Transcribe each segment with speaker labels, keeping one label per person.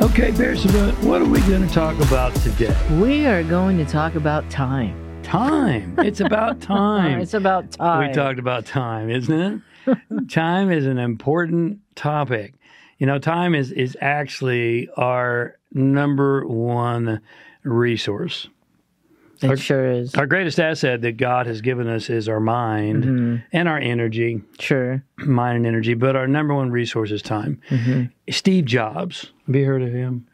Speaker 1: Okay, Beersheba, what are we going to talk about today?
Speaker 2: We are going to talk about time.
Speaker 1: Time. It's about time.
Speaker 2: It's about time.
Speaker 1: We talked about time, isn't it? time is an important topic. You know, time is is actually our number one resource.
Speaker 2: It sure is.
Speaker 1: Our greatest asset that God has given us is our mind
Speaker 2: Mm-hmm.
Speaker 1: and our energy,
Speaker 2: Sure.
Speaker 1: mind and energy, but our number one resource is time. Steve Jobs, have you heard of him?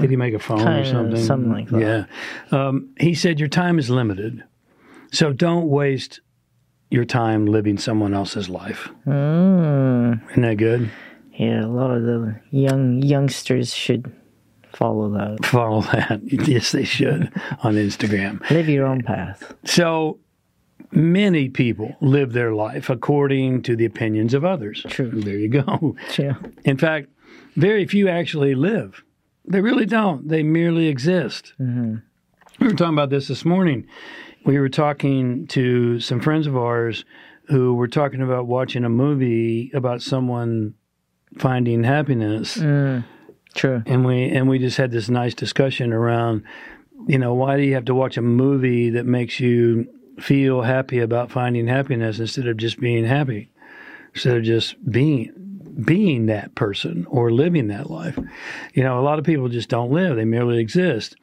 Speaker 1: Did he make a phone or
Speaker 2: Hmm. Kinda,
Speaker 1: something?
Speaker 2: something like that.
Speaker 1: Yeah. Um, he said, Your time is limited. So don't waste your time living someone else's life.
Speaker 2: Hmm.
Speaker 1: Isn't that good?
Speaker 2: Yeah, a lot of the young youngsters should follow that.
Speaker 1: Follow that. yes, they should on Instagram.
Speaker 2: Live your own path.
Speaker 1: So many people live their life according to the opinions of others.
Speaker 2: True.
Speaker 1: There you go.
Speaker 2: Yeah.
Speaker 1: In fact, very few actually live. They really don't. They merely exist. We were talking about this this morning. We were talking to some friends of ours who were talking about watching a movie about someone finding happiness
Speaker 2: True.
Speaker 1: and we and we just had this nice discussion around you know why do you have to watch a movie that makes you feel happy about finding happiness instead of just being happy instead of just being being that person or living that life you know a lot of people just don't live they merely exist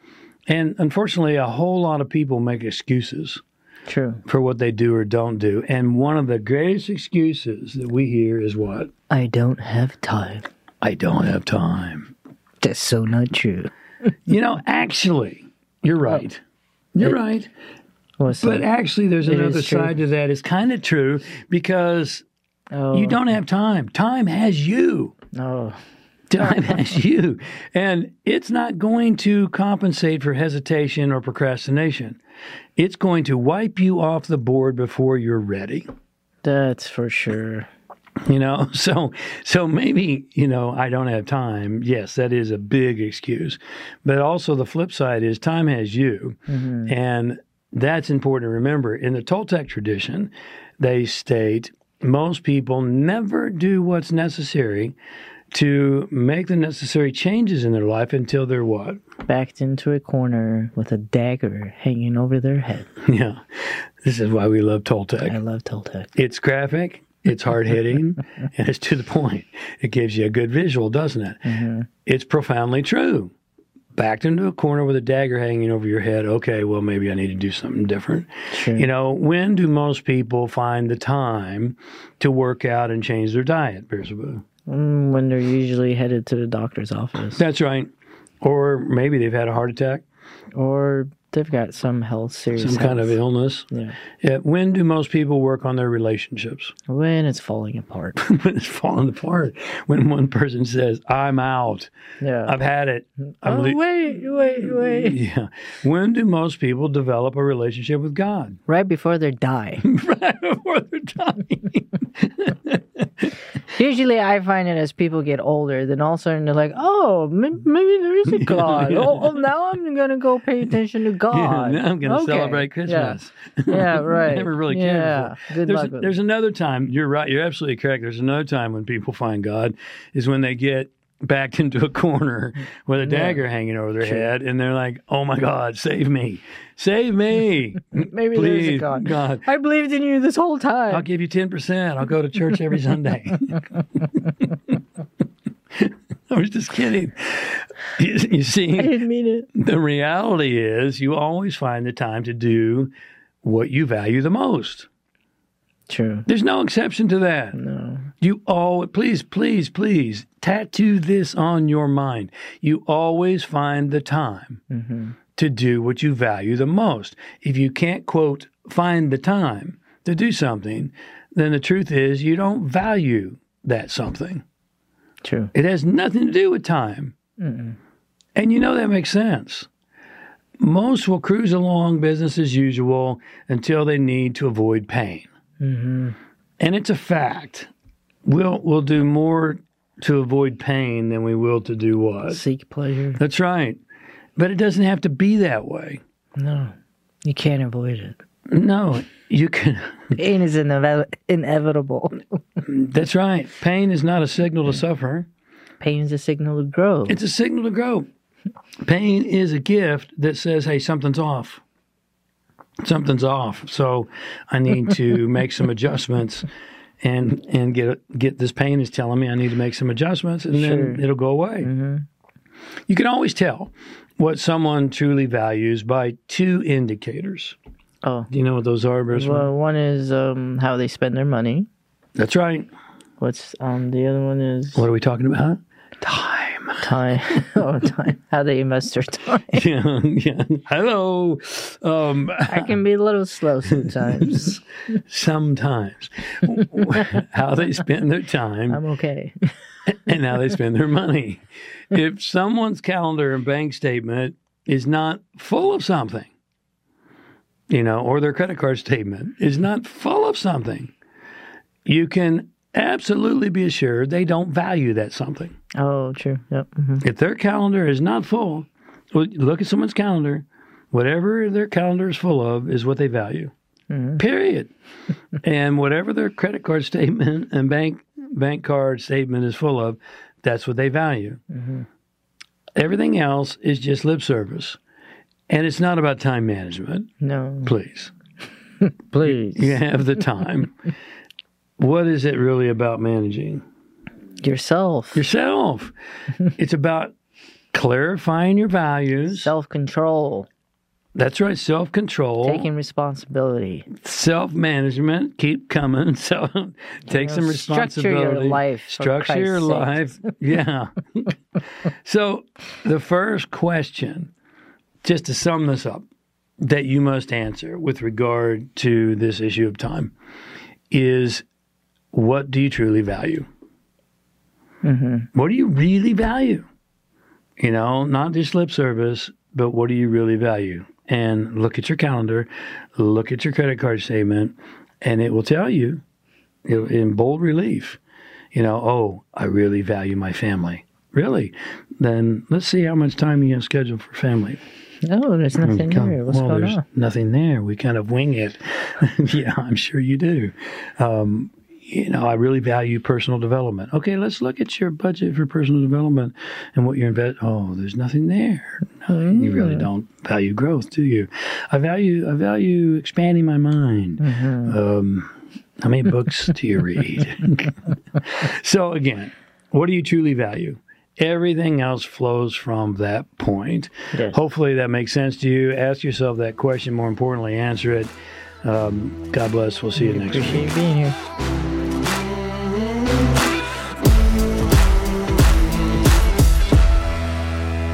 Speaker 1: and unfortunately a whole lot of people make excuses
Speaker 2: True.
Speaker 1: for what they do or don't do and one of the greatest excuses that we hear is what
Speaker 2: I don't have time.
Speaker 1: i don't have time
Speaker 2: That's so not true.
Speaker 1: You know, actually, you're right. You're right. But
Speaker 2: Listen,
Speaker 1: actually, there's
Speaker 2: is
Speaker 1: another
Speaker 2: true.
Speaker 1: side to that. It's kind of true because
Speaker 2: oh,
Speaker 1: you don't have time. Time has you.
Speaker 2: no.
Speaker 1: Time has you. And it's not going to compensate for hesitation or procrastination. It's going to wipe you off the board before you're ready.
Speaker 2: That's for sure.
Speaker 1: You know, so so maybe, you know, I don't have time. Yes, that is a big excuse. But also the flip side is time has you. And that's important to remember. In the Toltec tradition, they state most people never do what's necessary to make the necessary changes in their life until they're what?
Speaker 2: Backed into a corner with a dagger hanging over their head.
Speaker 1: Yeah. This is why we love Toltec.
Speaker 2: I love Toltec.
Speaker 1: It's graphic, it's hard hitting, and it's to the point. It gives you a good visual, doesn't it? It's profoundly true. Backed into a corner with a dagger hanging over your head. Okay, well, maybe I need to do something different.
Speaker 2: Sure.
Speaker 1: You know, when do most people find the time to work out and change their diet, Beersheba?
Speaker 2: Mm, when they're usually headed to the doctor's office.
Speaker 1: That's right. Or maybe they've had a heart attack,
Speaker 2: Or they've got some health serious.
Speaker 1: some kind of
Speaker 2: health.
Speaker 1: illness.
Speaker 2: Yeah.
Speaker 1: Yeah, When do most people work on their relationships?
Speaker 2: When it's falling apart.
Speaker 1: when it's falling apart. When one person says, I'm out.
Speaker 2: Yeah.
Speaker 1: I've had it. I'm
Speaker 2: oh,
Speaker 1: lea-
Speaker 2: wait, wait, wait.
Speaker 1: yeah. When do most people develop a relationship with God?
Speaker 2: Right before they die.
Speaker 1: Right before they're dying.
Speaker 2: Usually I find it as people get older, then all of a sudden they're like, oh, m- maybe there is a God. oh, oh, now I'm going to go pay attention to God.
Speaker 1: now I'm going to
Speaker 2: Okay.
Speaker 1: celebrate
Speaker 2: Yeah.
Speaker 1: Christmas.
Speaker 2: Yeah, right.
Speaker 1: Never really cared
Speaker 2: Yeah,
Speaker 1: before.
Speaker 2: good
Speaker 1: there's,
Speaker 2: luck with
Speaker 1: there's another time. You're right. You're absolutely correct. There's another time when people find God is when they get backed into a corner with a dagger hanging over their head, and they're like, "Oh my God, save me, save me,
Speaker 2: Maybe there is a
Speaker 1: please,
Speaker 2: God.
Speaker 1: God."
Speaker 2: I believed in you this whole time.
Speaker 1: I'll give you 10%. I'll go to church every Sunday. I was just kidding. You, you
Speaker 2: I
Speaker 1: see,
Speaker 2: didn't mean it.
Speaker 1: the reality is you always find the time to do what you value the most.
Speaker 2: True.
Speaker 1: There's no exception to that.
Speaker 2: No.
Speaker 1: You always, please, please, please tattoo this on your mind. You always find the time to do what you value the most. If you can't, quote, find the time to do something, then the truth is you don't value that something.
Speaker 2: True.
Speaker 1: It has nothing to do with time. And you know that makes sense. Most will cruise along business as usual until they need to avoid pain. And it's a fact. We'll, we'll do more to avoid pain than we will to do what?
Speaker 2: Seek pleasure.
Speaker 1: That's right. But it doesn't have to be that way.
Speaker 2: No. You can't avoid it.
Speaker 1: No, you can.
Speaker 2: Pain is inev- inevitable.
Speaker 1: That's right. Pain is not a signal to suffer.
Speaker 2: Pain's a signal to grow.
Speaker 1: It's a signal to grow. Pain is a gift that says, hey, something's off. Something's off. So I need to make some adjustments and and get get this pain is telling me I need to make some adjustments and then
Speaker 2: Sure.
Speaker 1: it'll go away. You can always tell what someone truly values by two indicators.
Speaker 2: Oh.
Speaker 1: Do you know what those are, Bruce?
Speaker 2: Well, one is um, how they spend their money.
Speaker 1: That's right.
Speaker 2: What's um the other one is
Speaker 1: What are we talking about? Time.
Speaker 2: time. oh, time. How they invest their time.
Speaker 1: yeah, yeah. Hello. Um,
Speaker 2: I can be a little slow sometimes.
Speaker 1: sometimes how they spend their time
Speaker 2: I'm okay.
Speaker 1: and how they spend their money. If someone's calendar and bank statement is not full of something, you know, or their credit card statement is not full of something, you can absolutely be assured they don't value that something.
Speaker 2: Oh, true. Yep. mhm.
Speaker 1: If their calendar is not full, well, look at someone's calendar. Whatever their calendar is full of is what they value. Period. and whatever their credit card statement and bank bank card statement is full of, that's what they value. Everything else is just lip service. And it's not about time management,
Speaker 2: No,
Speaker 1: please.
Speaker 2: please.
Speaker 1: You have the time. what is it really about managing?
Speaker 2: Yourself.
Speaker 1: Yourself. it's about clarifying your values.
Speaker 2: Self control.
Speaker 1: That's right. Self control,
Speaker 2: Taking responsibility.
Speaker 1: self management, keep coming. So take
Speaker 2: know,
Speaker 1: some
Speaker 2: structure your
Speaker 1: responsibility.
Speaker 2: life, for
Speaker 1: Structure your
Speaker 2: Christ's
Speaker 1: life. Yeah. so the first question, just to sum this up, that you must answer with regard to this issue of time is what do you truly value?
Speaker 2: Mm-hmm.
Speaker 1: What do you really value? You know, not just lip service, but what do you really value? And look at your calendar, look at your credit card statement, and it will tell you you know, in bold relief, you know, oh, I really value my family. Really? Then let's see how much time you have scheduled for family.
Speaker 2: No, there's nothing
Speaker 1: Come-
Speaker 2: here. What's
Speaker 1: well,
Speaker 2: going
Speaker 1: there's
Speaker 2: on?
Speaker 1: nothing there. We kind of wing it. yeah, I'm sure you do. Um, you know, I really value personal development. Okay, let's look at your budget for personal development and what you're invest. Oh, there's nothing there. No, You really
Speaker 2: Mm.
Speaker 1: don't value growth, do you? I value I value expanding my mind.
Speaker 2: Mm-hmm.
Speaker 1: Um, how many books do you read? so again, what do you truly value? Everything else flows from that point.
Speaker 2: Yes.
Speaker 1: Hopefully that makes sense to you. Ask yourself that question. More importantly, answer it. Um, God bless. We'll see you next week.
Speaker 2: Appreciate you being here.